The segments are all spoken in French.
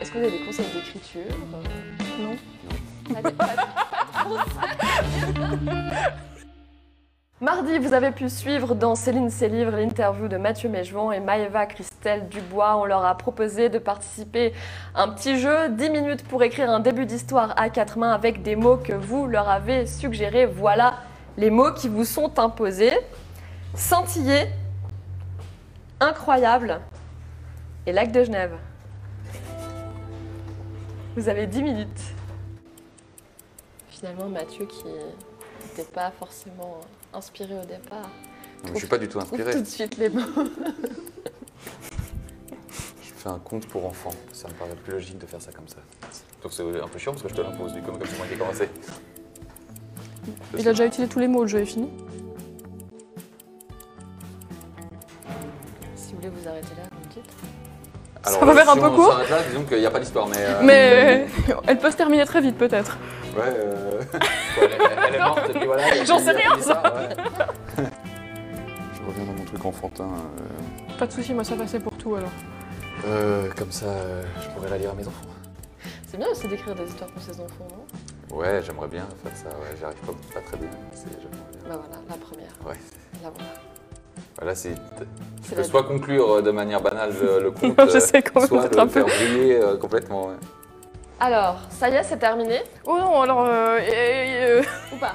que vous avez des conseils d'écriture euh, Non. pas de- pas de- Mardi, vous avez pu suivre dans Céline ses livres l'interview de Mathieu Méjouan et Maëva Christelle Dubois. On leur a proposé de participer à un petit jeu, 10 minutes pour écrire un début d'histoire à quatre mains avec des mots que vous leur avez suggérés. Voilà les mots qui vous sont imposés. Scintiller, incroyable et lac de Genève. Vous avez 10 minutes. Finalement, Mathieu, qui n'était pas forcément inspiré au départ, Je suis pas du tout trouve inspiré. tout de suite les mots. Je fais un conte pour enfants. Ça me paraît plus logique de faire ça comme ça. Donc c'est un peu chiant parce que je te l'impose, du coup, comme c'est moi qui ai commencé. Il a déjà utilisé tous les mots, le jeu est fini. Si vous voulez vous arrêter là, vous me dites. Alors, euh, Ça va faire un si peu on court. s'arrête là, disons qu'il n'y a pas d'histoire, mais. euh, Mais elle peut se terminer très vite, peut-être. Ouais, euh... ouais, elle, elle est morte, et puis voilà. il- J'en il- sais il- rien, il- ça, ouais. Je reviens dans mon truc enfantin. euh, Pas de soucis, moi ça passait pour tout alors. euh, comme ça, euh, je pourrais la lire à mes enfants. C'est bien aussi d'écrire des histoires pour ses enfants, non Ouais, j'aimerais bien faire ça. Ouais, j'arrive pas, pas très bien. C'est- j'aimerais bien. Bah voilà, la première, Ouais. la voilà. Voilà, c'est. Tu C'est peux la... soit conclure euh, de manière banale euh, le conte, Je euh, sais quand même, soit c'est le un peu. faire briller euh, complètement. ouais. Alors, ça y est, c'est terminé Oh non, alors. Euh, et- et- euh, ou pas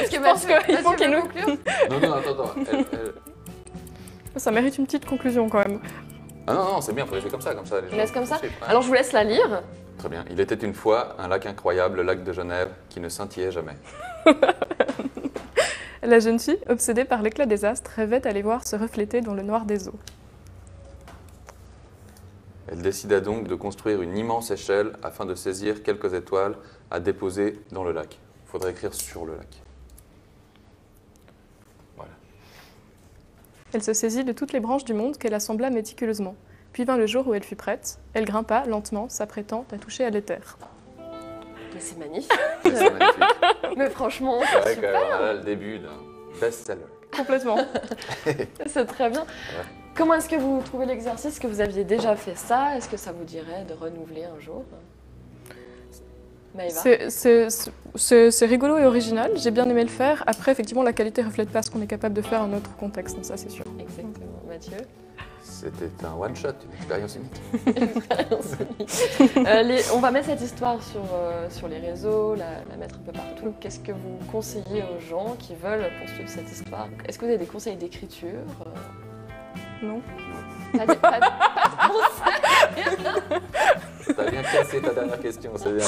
Est-ce que Je pense Mathieu- qu'il faut Mathieu qu'il veut nous- conclure Non, non, attends, attends. Elle- elle- ça mérite une petite conclusion quand même. Ah non, non, c'est bien, faudrait jouer comme ça, comme ça. Les gens. laisse comme ça Je sais pas. Alors, je vous laisse la lire. Très bien. Il était une fois un lac incroyable, le lac de Genève, qui ne scintillait jamais. La jeune fille, obsédée par l'éclat des astres, rêvait d'aller voir se refléter dans le noir des eaux. Elle décida donc de construire une immense échelle afin de saisir quelques étoiles à déposer dans le lac. Faudrait écrire sur le lac. Elle se saisit de toutes les branches du monde qu'elle assembla méticuleusement. Puis vint le jour où elle fut prête. Elle grimpa lentement, s'apprêtant à toucher à l'éther. Mais c'est magnifique. Ouais, C'est magnifique. Mais franchement, C'est c'est vrai super. qu'on a le début d'un best-seller. Complètement. C'est très bien. Comment est-ce que vous trouvez l'exercice Est-ce que vous aviez déjà fait ça Est-ce que ça vous dirait de renouveler un jour Maëva C'est- C'est c'est- c'est rigolo et original. J'ai bien aimé le faire. Après, effectivement, la qualité reflète pas ce qu'on est capable de faire en notre contexte. Ça, c'est sûr. Exactement, Mathieu. C'était un one-shot, une expérience unique. Euh, les- on va mettre cette histoire sur, euh, sur les réseaux, la, la mettre un peu partout. Qu'est-ce que vous conseillez aux gens qui veulent poursuivre cette histoire Est-ce que vous avez des conseils d'écriture Non. Euh, pas de- pas de- T'as bien cassé ta dernière question, c'est bien.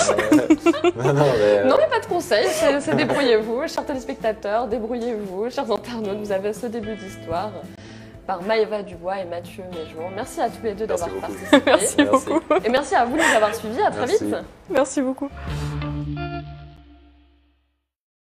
non, non, mais. euh, Non, mais pas de conseils, c'est c'est débrouillez-vous. Chers téléspectateurs, débrouillez-vous. Chers internautes, vous avez ce début d'histoire par Maëva Dubois et Mathieu Méjouan. Merci à tous les deux Merci d'avoir beaucoup. participé. Merci, Merci. beaucoup. Et merci à vous de nous avoir suivis. À très Merci. vite. Merci beaucoup.